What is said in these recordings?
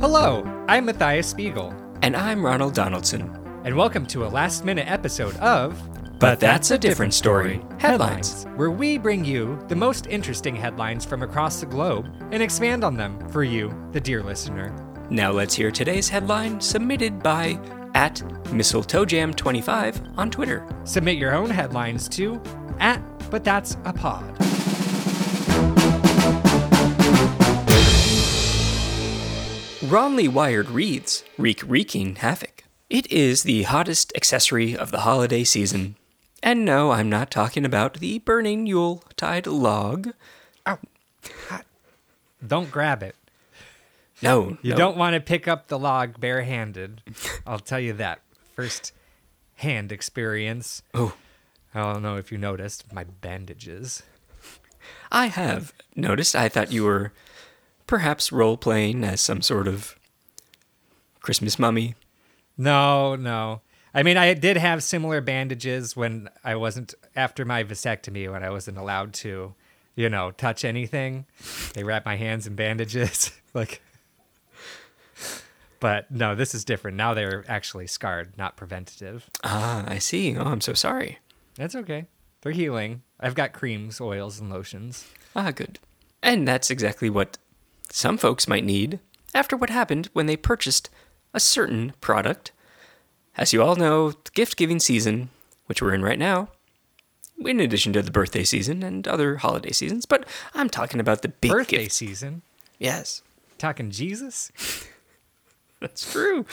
Hello, I'm Matthias Spiegel, And I'm Ronald Donaldson. and welcome to a last minute episode of But that's a different story. Headlines, where we bring you the most interesting headlines from across the globe and expand on them for you, the dear listener. Now let's hear today's headline submitted by at mistletoejam25 on Twitter. Submit your own headlines to at but that's a pod. Wrongly wired wreaths wreak wreaking havoc. It is the hottest accessory of the holiday season. And no, I'm not talking about the burning Yule tide log. Don't grab it. No, You no. don't want to pick up the log barehanded. I'll tell you that. First hand experience. Oh, I don't know if you noticed my bandages. I have noticed. I thought you were perhaps role playing as some sort of Christmas mummy. No, no. I mean, I did have similar bandages when I wasn't after my vasectomy when I wasn't allowed to, you know, touch anything. They wrapped my hands in bandages, like. But no, this is different. Now they're actually scarred, not preventative. Ah, I see. Oh, I'm so sorry. That's okay. They're healing. I've got creams, oils, and lotions. Ah, good. And that's exactly what some folks might need after what happened when they purchased a certain product. As you all know, the gift giving season, which we're in right now, in addition to the birthday season and other holiday seasons, but I'm talking about the big Birthday gift. season. Yes, Talking Jesus. that's true.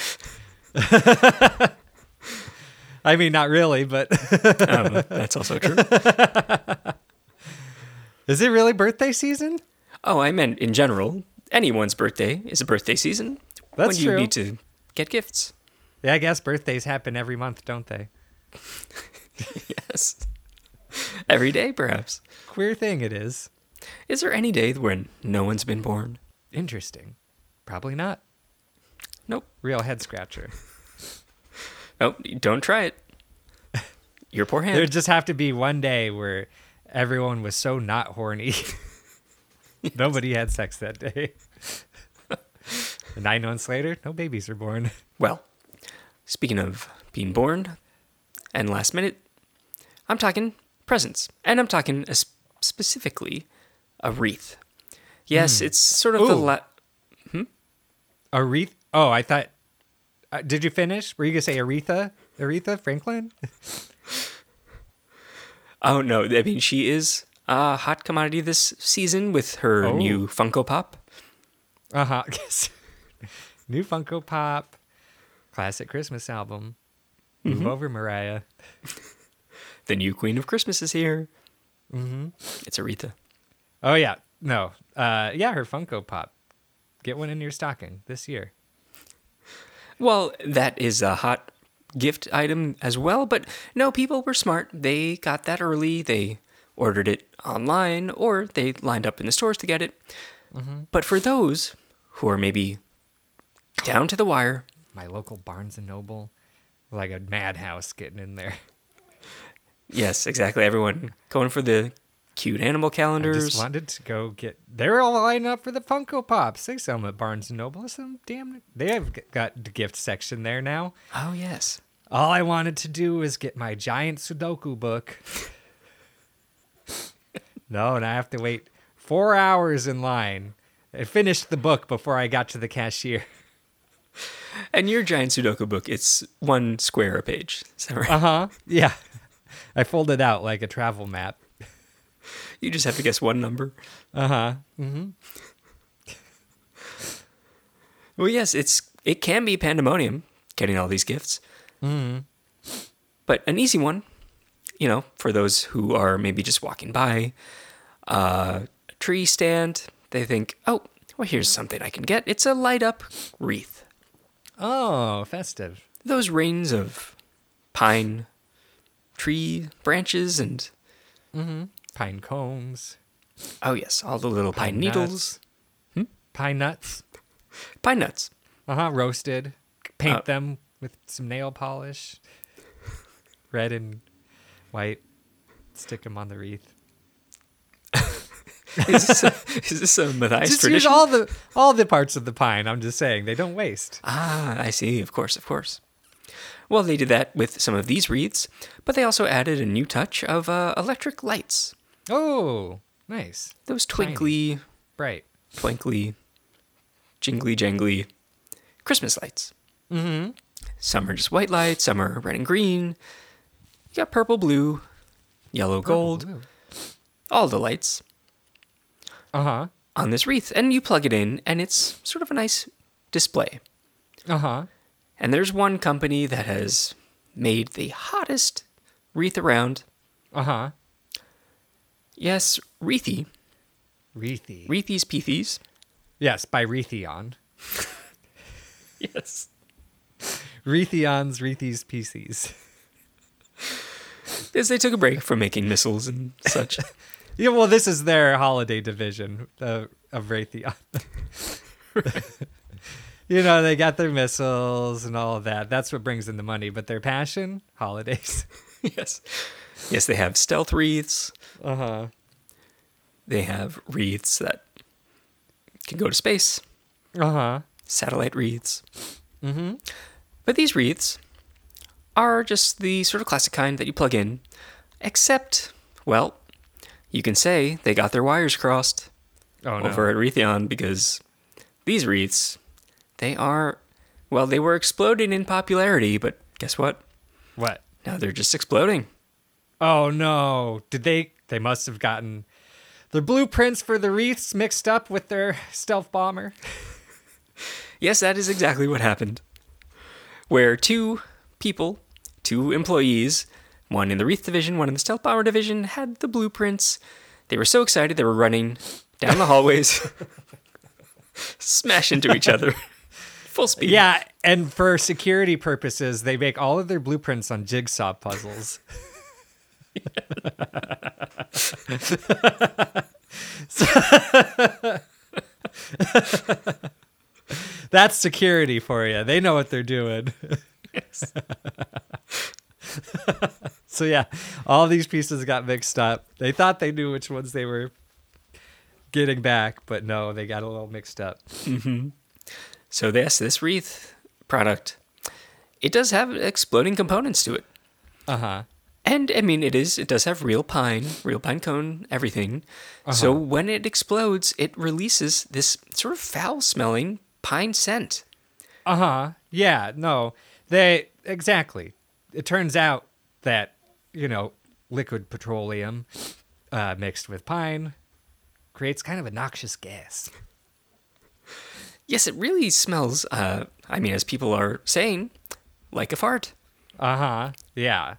I mean, not really, but um, that's also true. is it really birthday season? Oh, I meant in general, anyone's birthday is a birthday season. That's when you true. need to get gifts. Yeah, I guess birthdays happen every month, don't they? Yes. Every day, perhaps. Queer thing it is. Is there any day when no one's been born? Interesting. Probably not. Nope. Real head scratcher. Nope. Don't try it. Your poor hand. There'd just have to be one day where everyone was so not horny. Nobody had sex that day. Nine months later, no babies are born. Well, speaking of being born and last minute, I'm talking presents. And I'm talking a, specifically a wreath. Yes, it's sort of the Hmm. Ooh. la- Aretha. Oh, I thought. Uh, did you finish? Were you gonna say Aretha? Aretha Franklin? Oh no, I mean she is a hot commodity this season with her Oh. new Funko Pop. Uh huh. New Funko Pop, classic Christmas album. Move over, Mariah. The new Queen of Christmas is here. Mm-hmm. It's Aretha. Oh yeah, no, uh, yeah, her Funko Pop. Get one in your stocking this year. Well, that is a hot gift item as well, but no, people were smart. They got that early. They ordered it online or they lined up in the stores to get it. Mm-hmm. But for those who are maybe down to the wire, My local Barnes and Noble, like a madhouse getting in there. yes, exactly. Everyone going for the cute animal I calendars. just wanted to go get. They're all lining up for the Funko Pops. They sell them at Barnes and Noble. Some damn. They have g- got the gift section there now. oh yes. All I wanted to do was get my giant Sudoku book. no, and I have to wait four hours in line. I finished the book before I got to the cashier. And your giant Sudoku book, it's one square a page. Is that right? Uh huh. Yeah. I folded out like a travel map. You just have to guess one number. Uh huh. Well, yes, it's it can be pandemonium getting all these gifts. But an easy one, you know, for those who are maybe just walking by, uh, a tree stand, they think, oh, well, here's something I can get. It's a light up wreath. Oh, festive. Those rings of pine tree branches and Pine cones, oh yes, all the little pine, needles, Hmm? pine nuts. pine nuts. Uh huh. Roasted. Paint Uh, them with some nail polish, red and white. Stick them on the wreath. Is this a, is this a Matthias Just use tradition? all the all the parts of the pine. I'm just saying they don't waste. Ah, I see. Of course, of course. Well, they did that with some of these wreaths, but they also added a new touch of uh, electric lights. Oh, nice, Those twinkly, bright. twinkly, jingly, jangly Christmas lights. Mm-hmm. Some are just white lights, some are red and green. You got purple, blue, yellow, gold, all the lights Uh huh. on this wreath. And you plug it in, and it's sort of a nice display. Uh huh. And there's one company that has made the hottest wreath around. Uh huh. Yes, Wreathy. Wreathy. Wreathy's Peethies. yes, by Wreathion. Yes. Wreathion's Wreathy's Pieces. As they took a break from making missiles and such. Yeah, well, this is their holiday division uh, of Raytheon. you know, they got their missiles and all of that. That's what brings in the money. But their passion, holidays. yes. Uh-huh. Yes, they have stealth wreaths. Uh huh. They have wreaths that can go to space, Uh huh. satellite wreaths. Mm-hmm. But these wreaths are just the sort of classic kind that you plug in, except, well, you can say they got their wires crossed. Oh no. over at Raytheon because these wreaths, they are, well, they were exploding in popularity, but guess what? What? Now they're just exploding. Oh no. Did they? They must have gotten their blueprints for the wreaths mixed up with their stealth bomber. Yes, that is exactly what happened. Where two people, two employees, one in the wreath division, one in the stealth bomber division, had the blueprints. They were so excited they were running down the hallways, smash into each other, full speed. Yeah, and for security purposes, they make all of their blueprints on jigsaw puzzles. So- That's security for you. They know what they're doing. so yeah, all these pieces got mixed up. They thought they knew which ones they were getting back, but no, they got a little mixed up. So yes, this wreath product, it does have exploding components to it, Uh huh. and I mean it is it does have real pine, real pine cone, everything. So when it explodes, it releases this sort of foul-smelling pine scent. Uh huh. Yeah. No. They exactly. It turns out that you know liquid petroleum uh, mixed with pine creates kind of a noxious gas. Yes, it really smells. Uh, I mean, as people are saying, like a fart. Uh huh. Yeah.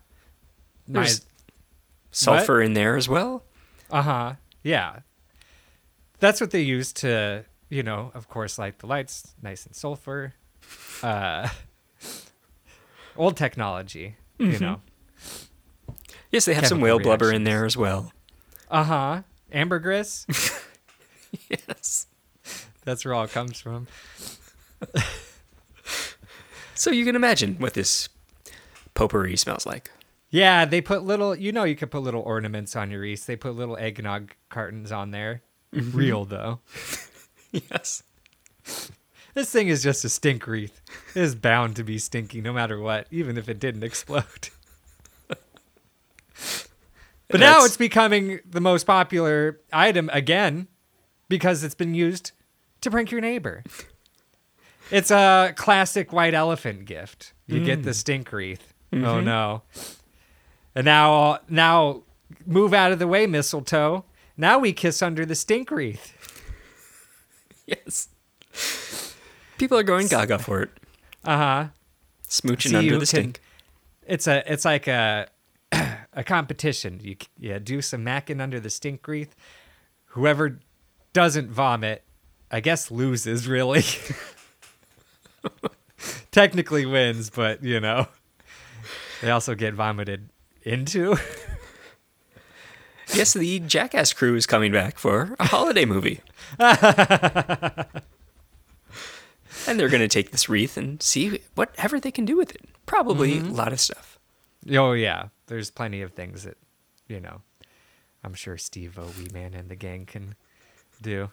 There's sulfur in there as well. Uh huh. Yeah. That's what they use to, you know, of course, light the lights, nice and sulfur. Uh, old technology, you know. Yes, they have some whale Chemical blubber in reactions. there as well. Uh huh. Ambergris. Yes. That's where all it comes from. So you can imagine what this potpourri smells like. Yeah, they put little. You know, you could put little ornaments on your wreath. They put little eggnog cartons on there. Real though. Yes. This thing is just a stink wreath. It is bound to be stinky, no matter what, even if it didn't explode. but now That's- it's becoming the most popular item again because it's been used to prank your neighbor. It's a classic white elephant gift. You get the stink wreath. Oh no. And now uh, now move out of the way mistletoe. Now we kiss under the stink wreath. Yes. People are going gaga for it, Uh-huh. smooching See under who can- the stink. it's a it's like a a competition. You c- yeah, do some macking under the stink wreath. Whoever doesn't vomit, I guess loses really. Technically wins, but you know. They also get vomited into. Yes, the Jackass crew is coming back for a holiday movie. and they're going to take this wreath and see whatever they can do with it. Probably Mm-hmm. a lot of stuff. oh yeah. There's plenty of things that you know. I'm sure Steve O Wee Man and the gang can do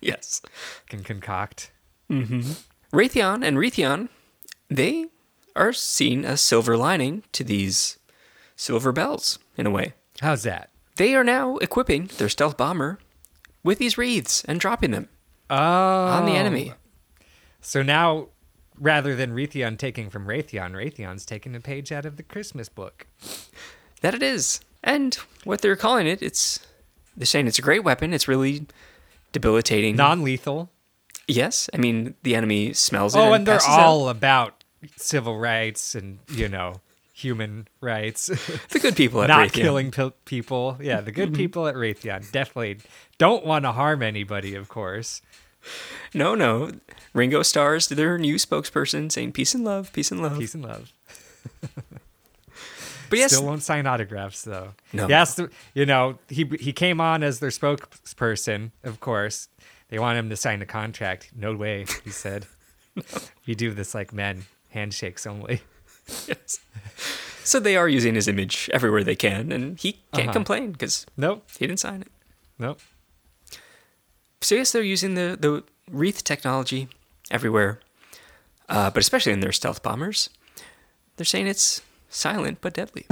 Yes. can concoct. Raytheon and Raytheon, they are seeing a silver lining to these silver bells in a way. How's that? They are now equipping their stealth bomber with these wreaths and dropping them Oh, on the enemy. So now, rather than Raytheon taking from Raytheon, Raytheon's taking a page out of the Christmas book. Hmm. That it is. And what they're calling it, it's they're saying it's a great weapon. It's really debilitating. Non-lethal. yes, I mean the enemy smells it. Oh, and they're passes out. all about civil rights and you know human rights, the good people at not Raytheon. Mm-hmm. killing pe- people. Yeah, the good people at Raytheon definitely don't want to harm anybody, of course. No, no. Ringo Starr's their new spokesperson saying peace and love, peace and love. Peace and love. But yes, Still won't sign autographs though. No. Yes, the- you know he he came on as their spokesperson. Of course, they want him to sign a contract. No way, he said. We do this like men, handshakes only. yes. So they are using his image everywhere they can, and he can't Uh-huh. complain because Nope, he didn't sign it. nope. So yes, they're using the the wreath technology everywhere, uh, but especially in their stealth bombers. They're saying it's silent but deadly.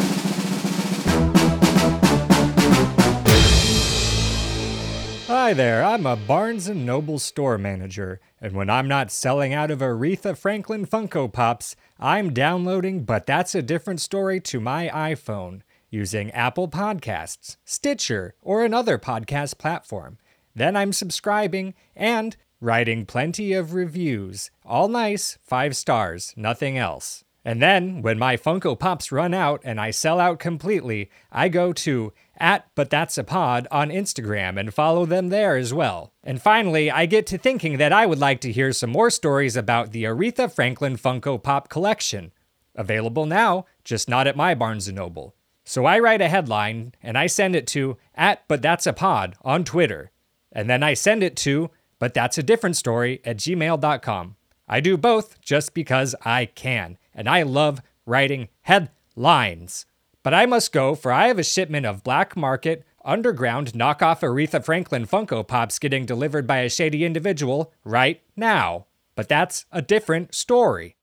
Hi there, I'm a Barnes & Noble store manager, and when I'm not selling out of Aretha Franklin Funko Pops, I'm downloading But That's a Different Story to my iPhone using Apple Podcasts, Stitcher, or another podcast platform. Then I'm subscribing and writing plenty of reviews. All nice, five stars, nothing else. And then, when my Funko Pops run out and I sell out completely, I go to at but that's a pod on Instagram and follow them there as well. And finally, I get to thinking that I would like to hear some more stories about the Aretha Franklin Funko Pop collection. Available now, just not at my Barnes & Noble. So I write a headline and I send it to at but that's a pod on Twitter. And then I send it to but that's a different story at gmail.com. I do both just because I can, and I love writing headlines. But I must go, for I have a shipment of black market, underground knockoff Aretha Franklin Funko Pops getting delivered by a shady individual right now. But that's a different story.